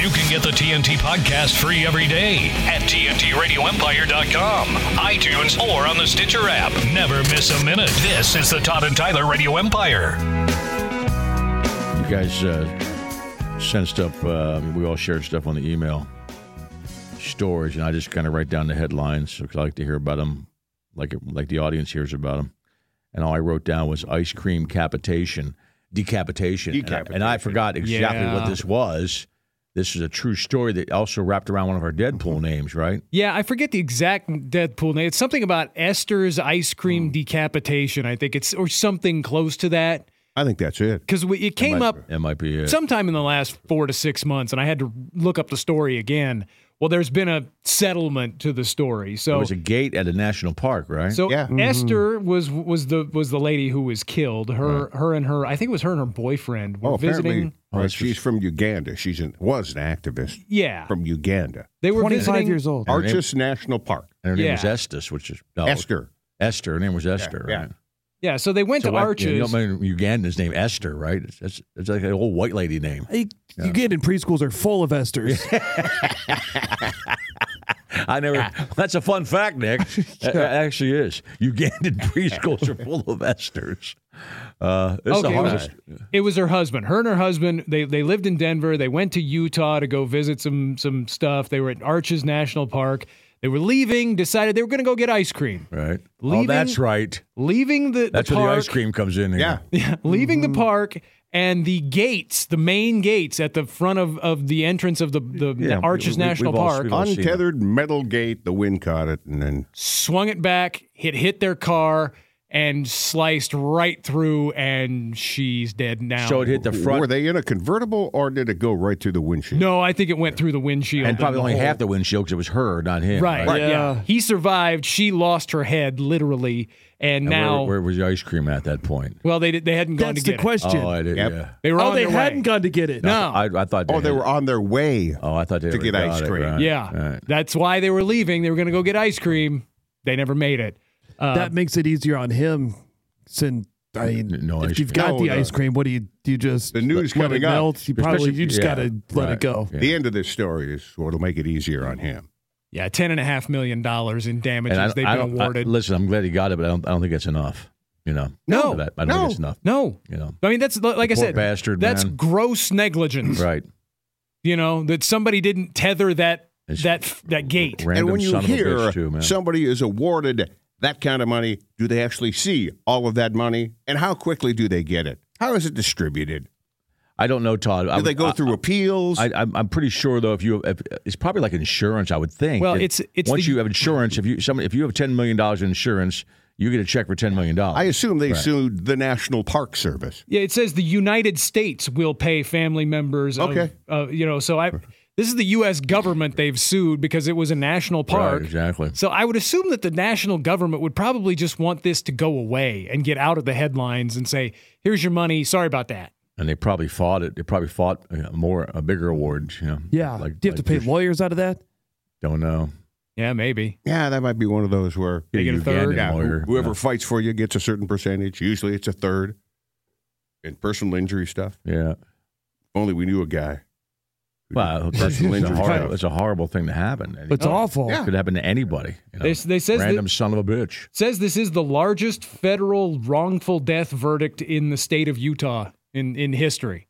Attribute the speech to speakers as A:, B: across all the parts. A: You can get the TNT podcast free every day at TNTRadioEmpire.com, iTunes, or on the Stitcher app. Never miss a minute. This is the Todd and Tyler Radio Empire.
B: You guys uh, send stuff. Uh, we all share stuff on the email stories, and I just kind of write down the headlines because I like to hear about them, like like the audience hears about them. And all I wrote down was ice cream capitation, decapitation, And I- and I, forgot exactly
C: Yeah.
B: what this was. This is a true story that also wrapped around one of our Deadpool names, right?
C: Yeah, I forget the exact Deadpool name. It's something about Esther's ice cream decapitation. I think it's or something close to that
D: I think that's it.
C: because it came up
B: That might be it.
C: sometime in the last four to six months, and I had to look up the story again. Well, there's been a settlement to the story,
B: There
C: so
B: was a gate at a national park, right?
C: so
D: Yeah.
C: Esther was was the was the lady who was killed. Her her and her I think it was her and her boyfriend were
D: Oh,
C: visiting.
D: apparently right, she's from Uganda. She's an, was an activist
C: Yeah,
D: from Uganda.
C: they were
E: 25
C: visiting,
E: years old.
D: Arches National Park.
B: and her name was
C: yeah.
B: Estes, which is no,
D: Esther.
B: Esther. Her name was Esther,
D: yeah.
B: right?
C: Yeah, so they went
B: So
C: to
B: I-
C: Arches.
B: You don't mind Uganda's name Esther, right? It's, it's, it's like an old white lady name.
E: Hey, You get in preschools are full of esters.
B: I never. that's a fun fact, Nick. It actually is. Ugandan preschools are full of Esters. Uh, it's
C: Okay,
B: a
C: it
B: hard.
C: was, it was her husband. Her and her husband, they they lived in Denver. They went to Utah to go visit some some stuff. They were at Arches National Park. They were leaving, decided they were going to go get ice cream.
B: Right. oh,
C: Leaving-
B: that's right.
C: Leaving the, the
B: That's
C: park,
B: where the ice cream Mm-hmm. comes in. Here.
D: Yeah.
C: leaving the park and the gates, the main gates at the front of, of the entrance of the, the, the
B: Yeah,
C: Arches
B: we- we-
C: National
B: we've all-
C: Park,
B: we've all- I'll see that.
D: Untethered metal gate. The wind caught it, and then
C: swung it back, hit hit their car, and sliced right through, and she's dead now.
B: So it hit the front,
D: were they in a convertible or did it go right through the windshield?
C: no, I think it went through the windshield.
B: and probably
C: the
B: only
C: whole-
B: half the windshield because it was her, not him.
C: Right.
E: Right.
C: Yeah.
E: Yeah.
C: He survived. She lost her head literally,
B: And
C: and, now
B: where, where was the ice cream at that point?
C: well they did- they hadn't gone
E: That's
C: to
E: the
C: get it.
E: question.
B: Oh, I did.
D: Yep.
B: Yeah.
C: They were
E: oh,
C: on
E: they
C: their
E: hadn't
C: way.
E: gone to get it.
C: No.
B: I, I thought.
D: Oh, they
B: had-
D: were on their way.
B: Oh, I thought they
D: to
B: were
D: get
B: got
D: ice
B: it,
D: cream.
B: right,
C: yeah.
B: right.
C: That's why they were leaving. They were going to go get ice cream. They never made it. Uh,
E: that makes it easier on him. Since I mean,
B: N- no ice
E: if you've
B: cream.
E: got
D: No,
E: the
D: no.
E: ice cream, what do you do? You just
D: The news
E: let it
D: coming up.
E: melt? You probably
B: Especially-
E: you just
B: yeah,
E: got to let
B: right.
E: it go.
B: Yeah.
D: The end of this story is what'll make it easier on him.
C: yeah, ten and a half million dollars in damages
B: I-
C: they've
B: I
C: been
B: don't- I-
C: awarded.
B: listen, I'm glad he got it, but I don't, I don't think that's enough. You know,
C: No,
B: For that. I don't
D: no.
B: think it's enough.
C: no,
B: You know,
C: I mean that's like I
B: Poor
C: said,
B: bastard,
C: that's
B: man.
C: gross negligence.
B: right.
C: You know that somebody didn't tether that
B: It's
C: that that gate.
B: Random
D: and when you
B: son of a
D: hear
B: bitch too, man.
D: somebody is awarded that kind of money, do they actually see all of that money? And how quickly do they get it? How is it distributed?
B: I don't know, Todd.
D: Do they go through appeals?
B: I, I'm, I'm pretty sure though. If you, if, it's probably like insurance. I would think.
C: Well,
B: If-
C: it's- it's
B: once
C: the-
B: you have insurance. If you somebody, if you have ten million dollars in insurance, you get a check for ten million
D: I
B: dollars.
D: assume they sued the National Park Service.
C: Yeah, it says the United States will pay family members. of-
D: Okay.
C: Of, you know, so I this is the U.S. government they've sued because it was a national park.
B: exactly.
C: So I would assume that the national government would probably just want this to go away and get out of the headlines and say, "Here's your money. Sorry about that."
B: And they probably fought it. They probably fought you know, more a bigger award. You know,
E: Yeah. do you have to pay
B: just
E: lawyers out of that?
B: Don't know.
C: Yeah, maybe.
D: Yeah, that might be one of those where
C: They get a
B: Ugandan
C: third?
D: yeah,
B: lawyer.
D: who- whoever fights for you gets a certain percentage. Usually it's a third. And personal injury stuff.
B: Yeah.
D: Only we knew a guy.
B: Well, that's,
D: Personal
B: that's a
D: injury
B: horrible,
D: stuff.
B: that's a horrible thing to happen. And
E: It's awful.
B: It could happen to anybody. You know?
C: They- they says that-
B: random son of a bitch.
C: Says this is the largest federal wrongful death verdict in the state of Utah in in history.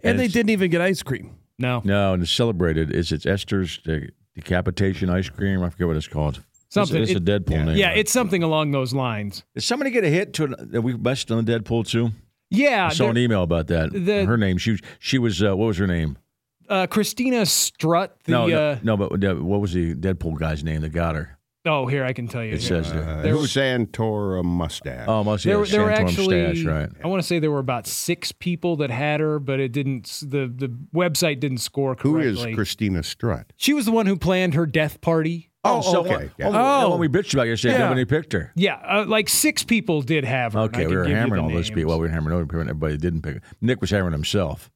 E: And, they
B: it's-
E: didn't even get ice cream.
C: No,
B: No, and it's celebrated. Is it's Esther's de- decapitation ice cream? I forget what it's called.
C: Something.
B: It's, it's a
C: It-
B: Deadpool name.
C: yeah, it's something along those lines.
B: Did somebody get a hit to? That we messed on the Deadpool too.
C: Yeah,
B: I saw an
C: Uh, there-
B: email about that.
C: the-
B: her name. She she was. Uh, what was her name?
C: uh, Christina Strutt. The
B: no,
C: uh,
B: no, no, but uh, what was the Deadpool guy's name that got her?
C: oh, here I can tell you.
B: It
C: here.
B: says
D: Uh,
B: there.
C: There
D: there
C: was-
D: Santora mustache.
B: Oh, must
C: there,
B: yeah,
C: were- there were
B: Santorum
C: actually,
B: Stash, right?
C: I want to say there were about six people that had her, but it didn't. s- The the website didn't score
D: Who
C: correctly.
D: is Christina Strutt?
C: She was the one who planned her death party.
D: Oh,
B: so
D: okay,
B: What,
D: yeah.
B: oh,
E: Oh.
B: when we bitched about yesterday,
E: Yeah.
B: nobody picked her.
C: Yeah, uh, like six people did have her. and I
B: Okay, we
C: can
B: were
C: give you
B: hammering
C: the
B: all those
C: names.
B: people. Well, we were hammering over everybody that didn't pick. her. Nick was hammering himself.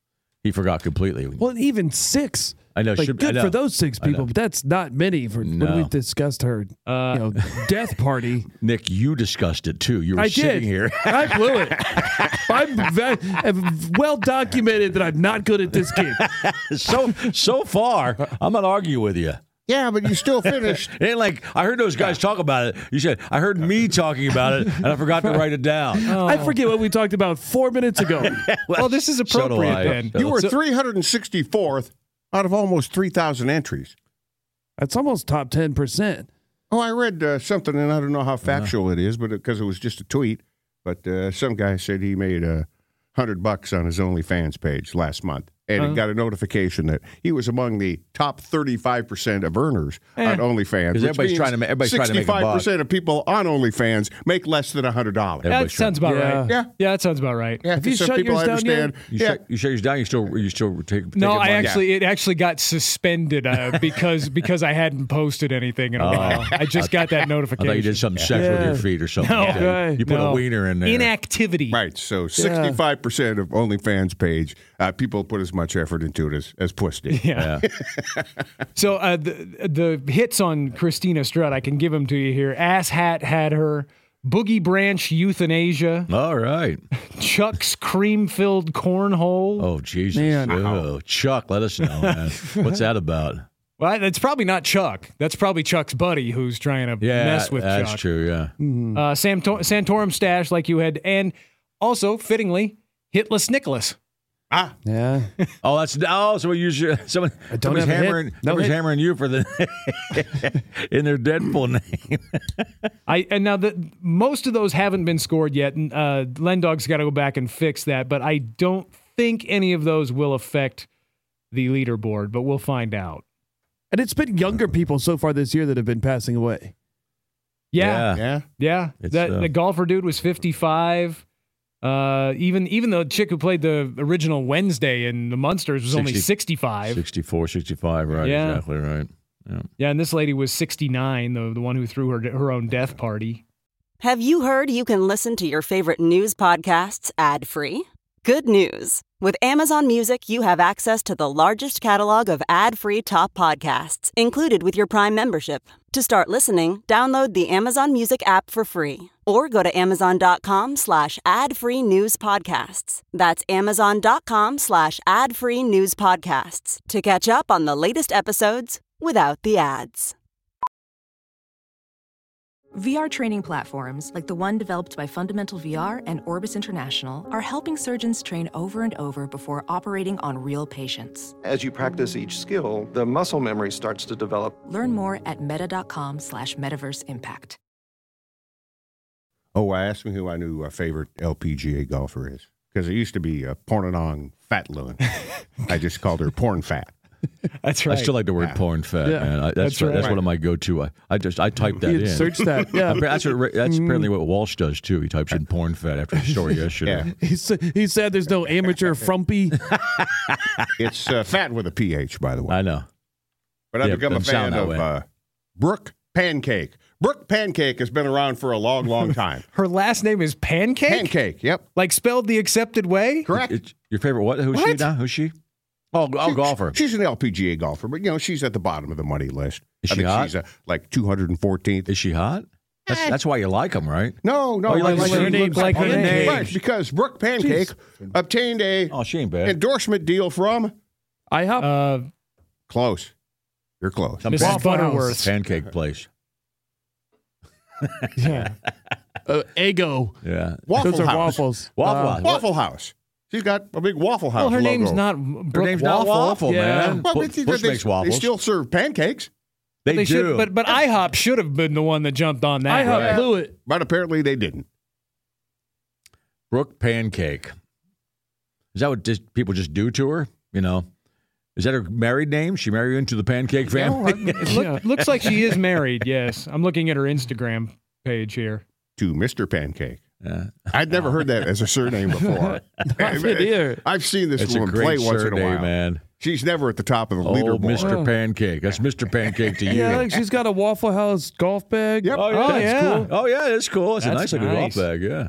B: He forgot completely.
E: Well, even six.
B: I know.
E: Like,
B: should- I
E: good
B: know.
E: for those six
B: I know.
E: people, but that's not many for
B: No.
E: when we discussed her you know, death party.
B: Nick, you discussed it too. You were
E: I
B: sitting
E: did.
B: here.
E: I blew it. I'm, ve- I'm well documented that I'm not good at this game.
B: so so far, I'm not arguing with you.
D: Yeah, but you still finished.
B: It ain't like I heard those guys talk about it. You said I heard me talking about it, and I forgot to write it down.
C: Oh,
E: I forget what we talked about four minutes ago.
C: Well, Oh, this is
B: So do
C: appropriate
B: I.
C: then.
B: So-
D: you were 364th out of almost 3,000 entries.
E: That's almost top ten percent.
D: Oh, I read uh, something, and I don't know
B: Uh-huh.
D: how factual it is, but because it, was just a tweet. But uh, some guy said he made a uh, hundred bucks on his OnlyFans page last month, and
B: Uh-huh.
D: he got a notification that he was among the top thirty-five percent of earners on OnlyFans.
B: Eh. 'Cause
D: which
B: everybody's
D: means
B: trying to ma- everybody's trying to make a buck.
D: 65% of people on OnlyFans make less than hundred dollars.
B: Everybody
C: That sounds about
E: Yeah.
C: right.
D: Yeah.
C: yeah, that sounds about right.
D: Yeah,
E: Have you
D: some
E: shut
D: people
E: yours
D: I
E: down yet?
D: understand.
B: You,
D: yeah,
B: shut, you shut yours down. You still you still take.
C: No,
B: take
C: I
B: advantage?
C: actually it actually got suspended uh, because because I hadn't posted anything in a while. I just got that
B: Oh. I
C: notification.
B: thought you did something sexual with
E: Yeah.
B: your feet or something.
C: No.
B: Yeah.
E: Okay.
B: You put
C: No.
B: a wiener in there.
C: Inactivity.
D: Right. So sixty-five percent of OnlyFans page uh, people put as much effort into it as as Puss did.
C: Yeah. so uh, the the hits on Christina Strutt, I can give them to you here. Ass Hat had her. Boogie Branch Euthanasia.
B: All right.
C: Chuck's Cream Filled Cornhole.
B: Oh Jesus.
E: Man.
B: Oh, Chuck, let us know. man. What's that about?
C: Well, that's probably not Chuck. That's probably Chuck's buddy who's trying to
B: Yeah,
C: mess with
B: that's
C: Chuck.
B: true. Yeah.
C: Uh, Santor- Santorum stash, like you had, and also fittingly, hitless Nicholas.
E: Yeah,
B: Oh, that's oh. So we use your someone.
E: I don't
B: somebody's
E: have a hit.
B: hammering.
E: No
B: somebody's
E: hit.
B: hammering you for the in their Deadpool name.
C: I and now the most of those haven't been scored yet. and, Uh, Lendog's got to go back and fix that, but I don't think any of those will affect the leaderboard. But we'll find out.
E: and it's been younger people so far this year that have been passing away.
C: Yeah,
D: Yeah.
C: yeah.
B: It's,
C: That
B: uh,
C: the golfer dude was fifty five. Uh, even even the chick who played the original Wednesday in the Munsters was only
B: 60
C: sixty five.
B: 64, 65, right?
C: Yeah.
B: Exactly right. Yeah.
C: Yeah, and this lady was 69, the, the one who threw her her own death party.
F: Have you heard you can listen to your favorite news podcasts ad free? Good news! With Amazon Music, you have access to the largest catalog of ad free top podcasts included with your Prime membership. To start listening, download the Amazon Music app for free or go to amazon.com slash ad free news podcasts. That's amazon.com slash ad free news podcasts to catch up on the latest episodes without the ads.
G: VR training platforms like the one developed by Fundamental VR and Orbis International are helping surgeons train over and over before operating on real patients.
H: As you practice each skill, the muscle memory starts to develop.
G: Learn more at meta.com slash metaverse impact.
D: Oh, I asked him who I knew a favorite LPGA golfer is because it used to be uh, Pornanong Fat Loon. I just called her Porn Fat.
C: That's
B: I still like the word porn fat,
E: Yeah.
B: man. I, that's
C: That's
B: that's,
C: right.
B: one of my go-to. I, I just I typed that
E: You
B: in.
E: had searched that. Yeah,
B: Appa- That's what,
C: Mm.
B: that's apparently what Walsh does too. He types in porn fat after his story yesterday.
E: he, sa- he said there's no amateur frumpy.
D: It's uh, fat with a PH, by the way.
B: I know.
D: But I've
B: Uh, yeah,
D: become a
B: doesn't sound
D: fan
B: that way.
D: of uh, Brooke Pancake. Brooke Pancake has been around for a long, long time.
C: Her last name is Pancake?
D: Pancake, yep.
C: Like spelled the accepted way?
D: Correct.
B: It's- your favorite what? Who's she
C: What?
B: now? Who's she? Oh, oh,
D: She-
B: golfer.
D: She's an LPGA golfer, but you know she's at the bottom of the money list.
B: Is she
D: I think
B: hot?
D: she's uh, like 214th.
B: Is she hot?
C: Eh.
B: That's, that's why you like him, right?
D: No, no,
B: Oh, you like
D: like
B: the way
D: she
B: she
D: looks
C: looks like her name.
D: Right, because Brooke Pancake obtained a
B: Oh, she ain't bad.
D: endorsement deal from
E: I hop.
C: Uh,
D: Close. You're close.
B: Some
C: Mrs.
B: pan-
C: Butterworth.
B: pancake place.
E: yeah. Uh, Ego.
B: Yeah.
D: Waffle
E: Those are
D: House.
E: waffles.
B: Waffle
E: Uh,
B: House.
D: Waffle House. She's got a big Waffle House
C: Well, her
D: logo.
C: name's not Brooke
B: Her name's
C: Waffle.
B: not waffle,
E: Yeah.
B: man.
D: Well,
B: Bu-
D: but they,
B: Bush
D: they-
B: makes
D: they
B: waffles.
D: still serve pancakes,
B: they,
C: They
B: do.
C: should, but but IHOP should have been the one that jumped on that.
E: I have
D: Right.
E: blew it.
D: but apparently they didn't.
B: Brooke Pancake. Is that what just, people just do to her? You know, is that her married name? She married into the Pancake family.
C: It look- looks like she is married. Yes, I'm looking at her Instagram page here.
D: To Mr. Pancake.
B: Yeah.
D: I'd never heard that as a surname before.
E: either.
D: I've seen this
B: It's a
D: woman
B: great
D: play once in a
B: surname,
D: while.
B: man.
D: She's never at the top of the
B: Oh,
D: leaderboard.
B: Mr. Pancake. That's Mr. Pancake to you.
E: Yeah, like she's got a Waffle House golf bag.
D: Yep.
B: Oh, yeah.
C: Oh,
B: that's
C: yeah.
B: cool. Oh, yeah, that's cool. It's a nice
C: That's
B: looking golf
C: nice.
B: bag, yeah.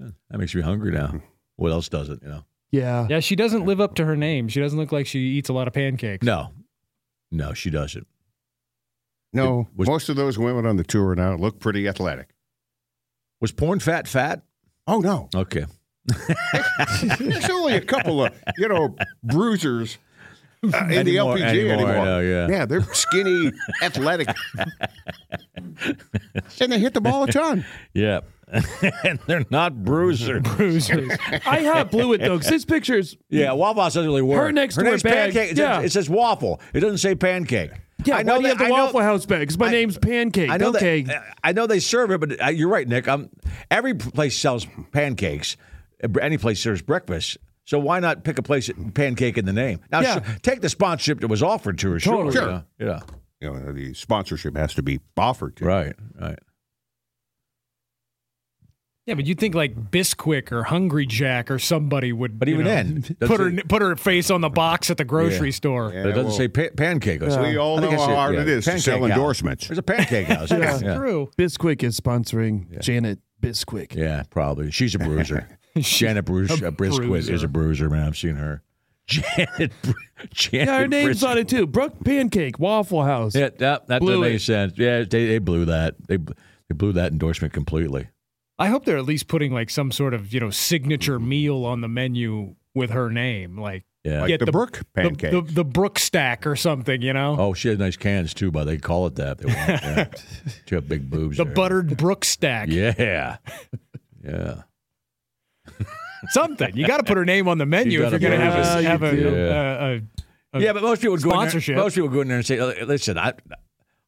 B: Yeah. That makes me hungry now. What else does it, you know?
E: Yeah.
C: Yeah, she doesn't live up to her name. She doesn't look like she eats a lot of pancakes.
B: No. No, she doesn't.
D: No,
B: It was-
D: most of those women on the tour now look pretty athletic.
B: Was porn fat fat?
D: Oh no,
B: Okay.
D: there's only a couple of you know bruisers uh, in the
B: Anymore-
D: LPG
B: anymore,
D: anymore.
B: I know, yeah.
D: they're skinny, athletic, and they hit the ball a ton.
B: Yeah. and they're not bruiser.
C: Bruises.
E: I have blew it though, because this picture's
B: Yeah, Waffle House doesn't really work.
E: Her next door
B: name's
E: bag,
B: pancake. It,
E: yeah.
B: says, it says waffle. It doesn't say pancake.
E: yeah.
B: I know
E: why do you
B: that-
E: have the
B: I know-
E: Waffle House bag? Because my
B: I-
E: name's Pancake.
B: I know that-
E: okay.
B: I know they serve it, but uh, you're right, Nick. Um, every place sells pancakes. Any place serves breakfast. So why not pick a place that pancake in the name? Now,
E: Yeah.
B: sure, take the sponsorship that was offered to her. Sure,
E: Totally.
B: you
D: Sure.
B: know, Yeah.
D: You know, the sponsorship has to be offered to.
B: Right. Right.
C: yeah, but you'd think like Bisquick or Hungry Jack or somebody would.
B: But
C: you
B: even
C: know,
B: then,
C: put her
B: doesn't-
C: put her face on the box at the grocery store.
D: Yeah,
B: But it doesn't
D: well,
B: say pa- pancake. house.
D: We all
B: I think
D: know
B: I
D: how
B: said-
D: hard
B: yeah,
D: it is to
B: pancake
D: sell
B: house.
D: endorsements.
B: There's a pancake house.
C: That's
B: yeah.
C: true.
E: Bisquick is sponsoring Janet Bisquick.
B: Yeah, probably. She's a bruiser. Janet Bruce,
C: a
B: uh, Brisquet is
C: bruiser.
B: a bruiser, man. I've seen her. Janet, Br- Janet
E: Yeah, her name's
B: Brisquet.
E: on it too. Brooke Pancake, Waffle House.
B: Yeah, that, that
E: Blew
B: doesn't
E: it.
B: make sense. Yeah, they, they blew that. They bl- they blew that endorsement completely.
C: I hope they're at least putting like some sort of you know signature meal on the menu with her name, like
B: Yeah.
D: Like the Brooke pancakes.
C: the, the, the Brook stack or something. You know,
B: Oh, she had nice cans too, but they call it that. They want, yeah. She had big boobs.
C: the
B: there.
C: buttered Brook stack,
B: Yeah. Yeah.
C: something. You got to pput her name on the menu
B: You
C: if you're
B: gotta
C: going to have
B: put
C: a
E: it.
C: have a,
E: Yeah, you
B: do.
C: a, a a
B: yeah, but most people would go In
C: Sponsorship.
B: there, most people would go in there and say, "Listen, I."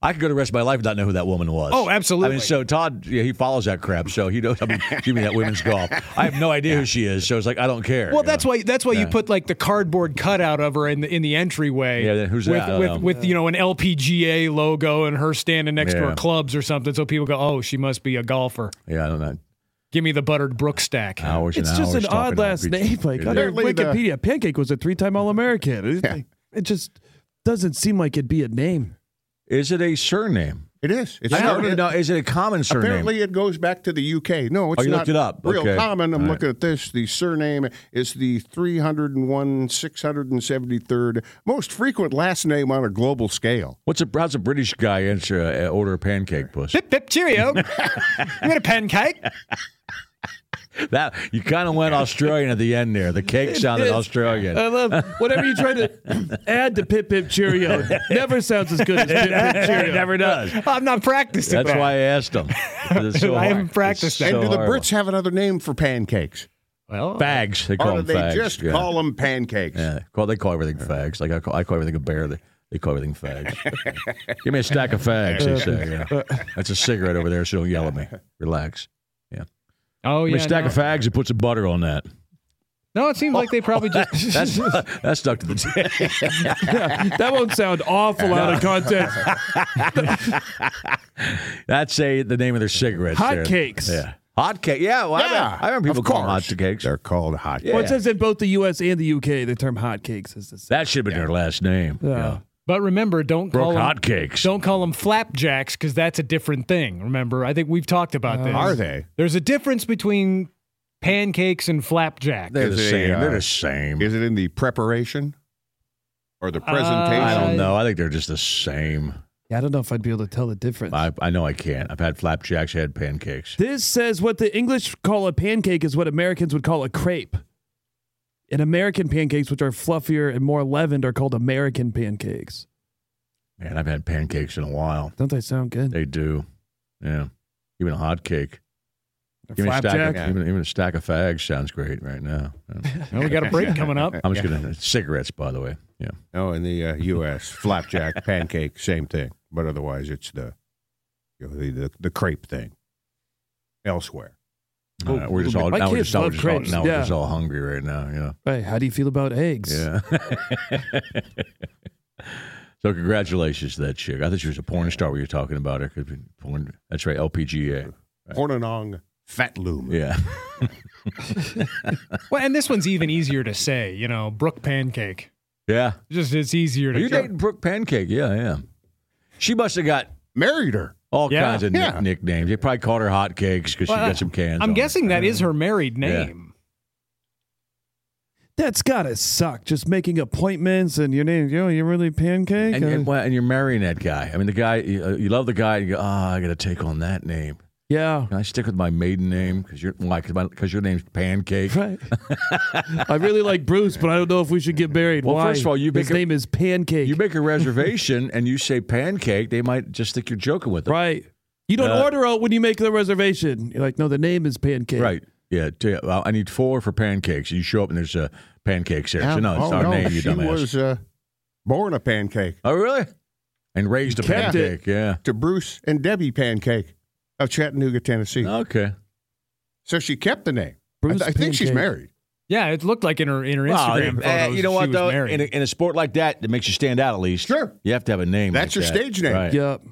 B: I could go the rest of my life and not know who that woman was.
C: Oh, absolutely.
B: I mean, so Todd, yeah, he follows that crap, so he knows. I mean, give me that women's golf. I have no idea who she is, so it's like I don't care.
C: Well,
B: you
C: that's
B: know?
C: why that's why you put like the cardboard cutout of her in the in the entryway.
B: Yeah, then who's
C: with,
B: that? Um, I don't
C: With,
B: know.
C: with you know an LPGA logo and her standing next to
B: Yeah.
C: her clubs or something, so people go, "Oh, she must be a golfer."
B: Yeah, I don't know.
C: Give me the buttered Brook stack.
B: Hours and
E: It's just
B: hours
E: an odd
B: talking
E: last
B: about
E: name.
B: creatures.
E: Like
B: It is.
E: under
D: Apparently the-
E: Wikipedia, Pancake was a three-time All-American. It's like- It just doesn't seem like it'd be a name.
B: is it a surname?
D: it is. It's
B: I don't
D: started-
B: even know. Is it a common surname?
D: Apparently, it goes back to the UK. No, it's
B: Oh, you
D: not
B: looked it up.
D: real
B: Okay.
D: common. I'm
B: All right.
D: looking at this. The surname is the 301 673rd most frequent last name on a global scale.
B: What's a how's a British guy answer uh, order a pancake puss?
C: Pip pip cheerio. you got a pancake?
B: that you kind of went Australian at the end there. The cake sounded
E: is. Uh,
B: Australian.
E: I love whatever you try to add to Pip Pip Cheerio. Never sounds as good as Pip Pip Cheerio.
B: it never does.
C: I'm not practicing.
B: That's
C: that.
B: why I asked him. 'Cause it's so
C: I haven't
B: hard. It's
C: practiced
D: and
C: that.
B: so
D: do the
B: horrible.
D: Brits have another name for pancakes?
C: Well,
B: fags? They call
D: or do
B: them
D: they
B: fags.
D: just
B: yeah.
D: call them pancakes?
B: Yeah, call, they call everything fags. Like I call, I call everything a bear. They, they call everything fags. Give me a stack of fags. They say. Yeah. That's a cigarette over there, so don't yell at me. Relax.
C: oh
B: Give me
C: yeah.
B: a stack
C: no.
B: of fags and put some butter on that.
C: no, it seems like they probably just.
B: That's that's stuck to the tip.
E: That won't sound awful out of context.
B: That's a the name of their cigarettes.
E: Hot
B: there.
E: cakes.
B: Yeah. Hot cake. Yeah. Well, I, remember, I remember people
D: of
B: calling hot
D: course.
B: cakes.
D: They're called hot
E: Well, it
B: Yeah.
E: says in both the U.S. and the U.K. the term hotcakes is the same.
B: That should have been their last name. Yeah.
C: But remember, don't call
B: Broke
C: them
B: hotcakes.
C: Don't call them flapjacks because that's a different thing. Remember, I think we've talked about this.
D: Uh, Are they?
C: There's a difference between pancakes and flapjack.
B: They're the
D: Is it a,
B: same.
D: uh,
B: they're the same.
D: Is it in the preparation or the presentation?
B: I
C: Uh,
B: don't know. I think they're just the same.
E: Yeah, I don't know if I'd be able to tell the difference.
B: I, I know I can't. I've had flapjacks. I had pancakes.
E: This says what the English call a pancake is what Americans would call a crepe. And American pancakes, which are fluffier and more leavened, are called American pancakes.
B: Man, I've had pancakes in a while.
E: Don't they sound good?
B: They do. Yeah. Even a hot cake. Even a, stack of,
E: Flapjack.
B: even, even a stack of fags sounds great right now. Yeah.
C: Well, we got a break coming up.
B: I'm just gonna cigarettes, by the way. Yeah,
D: Oh, in the uh, U.S., flapjack, pancake, same thing. But otherwise, it's the you know, the, the the crepe thing. Elsewhere,
E: Oh,
B: Uh, we're just all
E: my
B: now we're
E: kids
B: just all,
E: love
B: just all
E: crepes,
B: now we're
E: yeah.
B: just all hungry right now. Yeah.
E: Hey, how do you feel about eggs?
B: Yeah. so congratulations to that chick. I thought she was a porn star. We were talking about her. Could be porn. That's right. LPGA.
D: Hornanong fat loom.
B: Yeah.
C: Well, and this one's even easier to say. You know, Brooke Pancake.
B: Yeah.
C: Just it's easier to.
B: you dating Brooke Pancake? Yeah, yeah. She must have got
D: Married her.
B: all
C: Yeah.
B: kinds of nick-
D: Yeah.
B: nicknames. They probably called her hot cakes because
C: Well, uh,
B: she got some cans. on
C: I'm
B: her.
C: guessing that is her married name.
E: That's gotta suck. Just making appointments and your name. Yo, you really pancake?
B: And, and,
E: Uh,
B: well, and you're marrying that guy. I mean, the guy, you, uh, you love the guy, and you go, oh, I got to take on that name.
E: yeah.
B: Can I stick with my maiden name? Because you're why? Because your name's Pancake.
E: Right. I really like Bruce, but I don't know if we should get married.
B: Well,
E: Why?
B: first of all, you
E: his
B: make a-
E: name is Pancake.
B: You make a reservation and you say Pancake, they might just think you're joking with them.
E: right. You don't
B: Uh,
E: order out when you make the reservation. You're like, no, the name is Pancake.
B: Right. Yeah. T- well, I need four for pancakes. You show up and there's a pancake section. no, it's
D: oh,
B: our
D: no,
B: name, you
D: she
B: dumbass.
D: was uh, born a pancake
B: oh, really? And raised a
D: Kept it.
B: pancake. Yeah.
D: to Bruce and Debbie Pancake of Chattanooga, Tennessee.
B: Okay.
D: So she kept the name. I,
E: Bruce
D: th- I think she's
E: Pancake.
D: married.
C: Yeah, it looked like in her in her Instagram
B: eh,
C: photos.
B: you know
C: she
B: what
C: was
B: though?
C: married.
B: In a, in a sport like that, that makes you stand out at least.
D: Sure.
B: You have to have a name.
D: That's
B: like
D: your
B: that.
D: stage name.
B: Right.
E: Yep.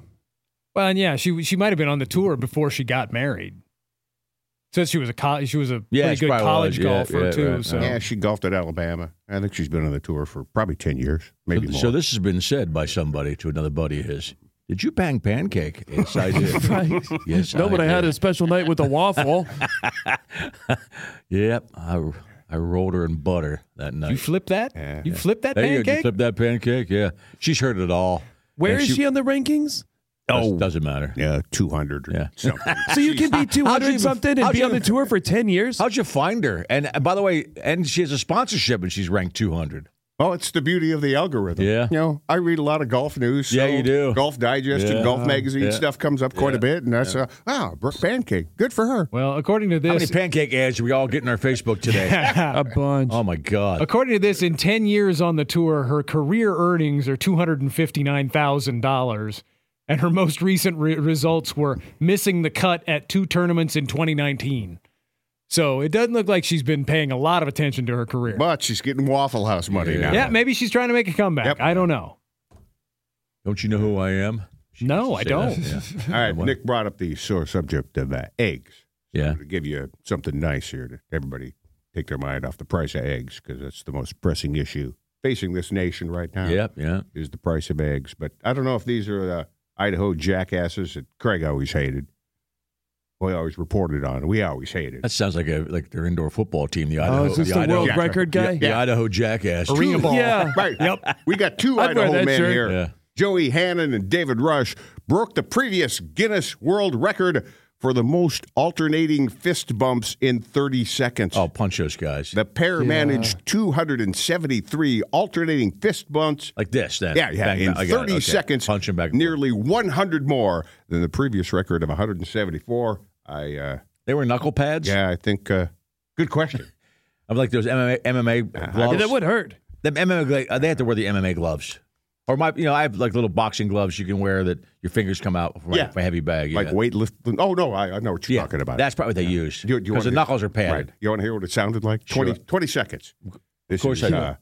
C: well, and yeah, she she might have been on the tour before she got married. Says she was a college she was a
B: Yeah, she
C: pretty good
B: probably
C: college
B: was. Yeah,
C: golfer
B: yeah,
C: too.
B: right.
C: So
D: Yeah, she golfed at Alabama. I think she's been on the tour for probably ten years, maybe
B: So,
D: more.
B: so this has been said by somebody to another buddy of his. Did you bang pancake? Yes, I did.
E: Right.
B: Yes,
E: No, but I had
B: did.
E: a special night with a waffle.
B: Yep, I, I rolled her in butter that night.
C: you flip that? you flip that
B: There you go.
C: pancake?
B: You flip that pancake. Yeah, she's heard it all.
E: Where
B: And
E: is she, on the rankings?
B: does- doesn't matter.
D: yeah, two hundred.
B: Yeah.
D: something.
E: So you can be 200
B: even-
E: something and
B: how'd
E: be
B: you
E: on the
B: even-
E: tour for 10 years?
B: How'd you find her? And uh, by the way, and she has a sponsorship, and she's ranked 200.
D: Oh, it's the beauty of the algorithm.
B: Yeah.
D: You know, I read a lot of golf news.
B: Yeah,
D: so
B: you do.
D: Golf Digest
B: Yeah.
D: and Golf Magazine
B: Yeah.
D: stuff comes up quite a bit. And that's, uh, wow, Brooke Pancake. Good for her.
C: Well, according to
B: How many
C: this
B: pancake ads we all get in our Facebook today?
E: a bunch.
B: oh my God!
C: according to this, in ten years on the tour, her career earnings are two hundred and fifty nine thousand dollars. And her most recent re- results were missing the cut at two tournaments in 2019. So it doesn't look like she's been paying a lot of attention to her career.
D: But she's getting Waffle House money now.
C: Yeah, maybe she's trying to make a comeback.
D: Yep.
C: I don't know.
B: Don't you know who I am? She
C: No,
B: used to
C: I
B: say that,
D: All right. Nick brought up the sore subject of uh, eggs.
B: Yeah.
D: To give you something nice here to everybody take their mind off the price of eggs because that's the most pressing issue facing this nation right now.
B: yeah. Yep. Yeah.
D: is the price of eggs. But I don't know if these are the Idaho jackasses that Craig always hated. We always reported on. We always hated.
B: That sounds like a like their indoor football team, the Idaho.
E: Oh, is this the
B: Idaho,
E: world
D: Yeah.
E: record guy?
B: the Idaho Jackass.
D: Arena ball.
E: Yeah.
D: Right. Yep. We got two
E: I'd wear
D: Idaho
E: that
D: men
E: shirt.
D: here.
B: Yeah.
D: Joey Hannon and David Rush broke the previous Guinness World Record for the most alternating fist bumps in 30 seconds.
B: Oh, punch those guys
D: The pair managed 273 alternating fist bumps
B: like this. Then
D: Yeah, yeah.
B: Bang,
D: in
B: bang. I got it.
D: 30
B: Okay.
D: seconds,
B: punch him back. and forth.
D: nearly 100 more than the previous record of 174. I, uh,
B: They were knuckle pads.
D: yeah, I think. Uh, good question.
B: I'm like those MMA
D: Uh-huh.
B: MMA gloves.
E: That would hurt.
B: The MMA, gla- uh, they have to wear the MMA gloves. Or my, you know, I have like little boxing gloves you can wear that your fingers come out from
D: Yeah.
B: like, a heavy bag. Yeah.
D: Like weightlifting. Oh no, I, I know what you're
B: Yeah.
D: talking about.
B: That's probably what they use.
D: Do you- do you
B: Because the
D: wanna-
B: knuckles are padded.
D: right. You want to hear what it sounded like? 20,
B: Sure.
D: 20 seconds. This
B: course
D: is,
B: I do.
D: uh,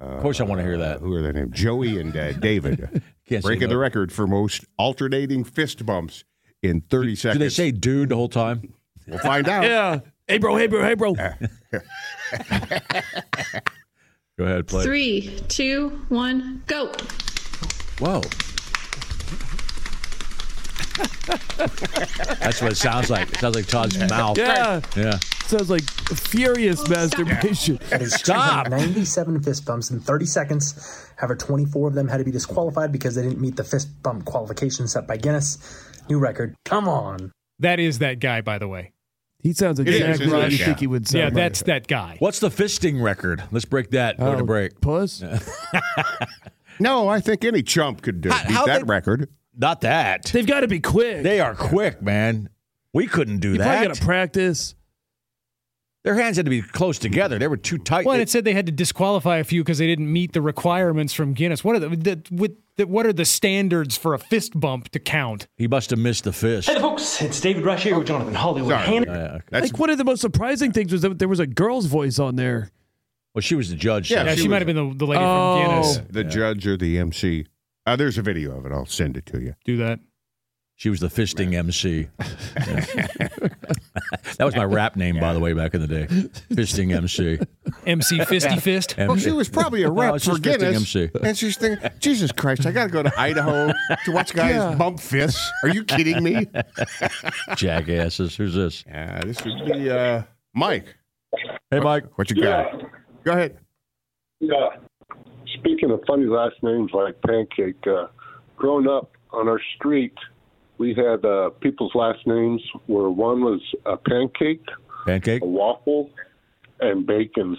B: Of course, I want to hear that.
D: who are their names? Joey and uh, David
B: Can't say
D: breaking
B: no.
D: the record for most alternating fist bumps in 30
B: Do
D: seconds.
B: they say dude the whole time?
D: we'll find out.
E: Yeah. Hey, bro. Hey, bro. Hey, bro.
B: Go ahead, play.
I: Three, two, one, go.
B: Whoa. That's what it sounds like. It sounds like Todd's mouth.
E: Yeah.
B: Yeah.
E: Sounds like furious masturbation.
B: Stop.
J: 97 fist bumps in 30 seconds. However, 24 of them had to be disqualified because they didn't meet the fist bump qualification set by Guinness. New record. Come on.
C: That is that guy, by the way.
E: He sounds
D: is,
E: exactly
D: it
E: like
D: is,
E: you
D: yeah.
E: think he would sound.
C: yeah,
E: like.
C: that's that guy.
B: What's the fisting record? Let's break that. Go to
E: Oh,
B: break.
E: Puss.
D: No, I think any chump could do,
B: How-
D: beat
B: how
D: that
B: they-
D: record.
B: Not that.
E: They've got to be quick.
B: They are quick, man. We couldn't do
E: you
B: that.
E: probably got to practice.
B: Their hands had to be close together. They were too tight.
C: Well, and it said they had to disqualify a few because they didn't meet the requirements from Guinness. What are the, the, with the what are the standards for a fist bump to count?
B: he must have missed the fish.
J: Hey, there, folks, it's David Rush here with Jonathan Hollywood.
D: Sorry.
J: Hand-
B: Yeah, okay.
D: That's,
E: like one of the most surprising things was that there was a girl's voice on there.
B: Well, she was the judge.
D: Yeah,
C: Yeah,
D: she
C: she,
D: was-
C: might have been the, the lady
E: Oh.
C: from Guinness.
D: the judge or the MC. Uh, there's a video of it. I'll send it to you.
C: Do that.
B: She was the fisting MC. Yeah. that was my rap name, by the way, back in the day. Fisting MC.
C: MC Fisty Fist.
D: Well, she was probably a
B: No,
D: rep
B: it's
D: for
B: just fisting
D: Guinness,
B: MC.
D: and she's thinking, "Jesus Christ, I got to go to Idaho to watch guys bump fists." Are you kidding me?
B: Jackasses. Who's this?
D: Yeah, this would be uh, Mike.
B: Hey, Mike.
D: What you got? Go ahead.
K: Yeah. Speaking of funny last names like Pancake, uh, growing up on our street, we had uh, people's last names where one was a pancake,
B: Pancake.
K: a waffle, and bacon's.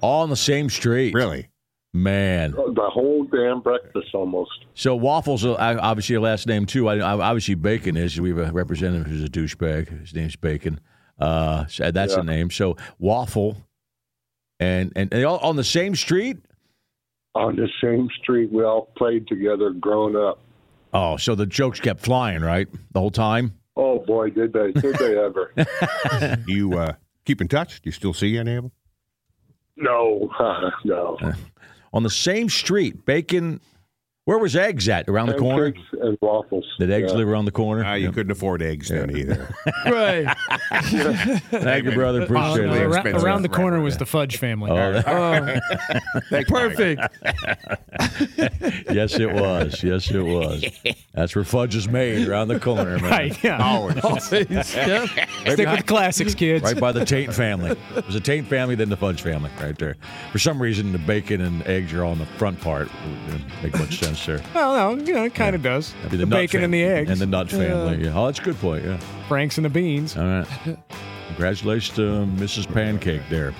B: All on the same street.
D: Really?
B: Man.
K: The whole damn breakfast almost.
B: So waffles are uh, obviously a last name too. I, I- obviously Bacon is. We have a representative who's a douchebag. His name's Bacon. Uh, so that's a name. So waffle, and and they all on the same street.
K: On the same street, we all played together growing up.
B: Oh, so the jokes kept flying right the whole time.
K: Oh boy, did they! Did they ever?
D: Do you uh, keep in touch? Do you still see any of them?
K: no, no.
B: On the same street, Bacon. Where was eggs at? Around the corner.
K: Pancakes and waffles.
B: Did eggs
K: Yeah.
B: live around the corner?
D: Ah, you couldn't afford eggs then either.
E: Right.
B: Thank you, brother.
C: Uh,
B: Appreciate
D: Possibly
B: it.
C: ara-
D: expensive.
C: around the corner was the Fudge family.
B: Oh, that-
E: Uh, perfect.
B: yes, it was. Yes, it was. That's where fudge is made around the corner, man.
C: right. Yeah.
D: Always.
E: Yep.
C: Stick with the classics, kids.
B: Oh, right by the Taint family. It was the Taint family, then the Fudge family, right there. For some reason, the bacon and eggs are all in the front part. It didn't make much sense there.
C: Well, no, you know, it kind of does.
B: That'd
C: The,
B: be nut
C: bacon and the
B: family.
C: eggs.
B: And the nut family. Yeah. Oh, that's a good point. Yeah.
C: Franks and the beans.
B: All right. Congratulations to Mrs. Pancake there.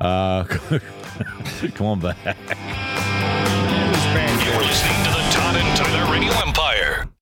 B: Uh, come on back.
A: You're listening to the Todd and Tyler Radio Empire.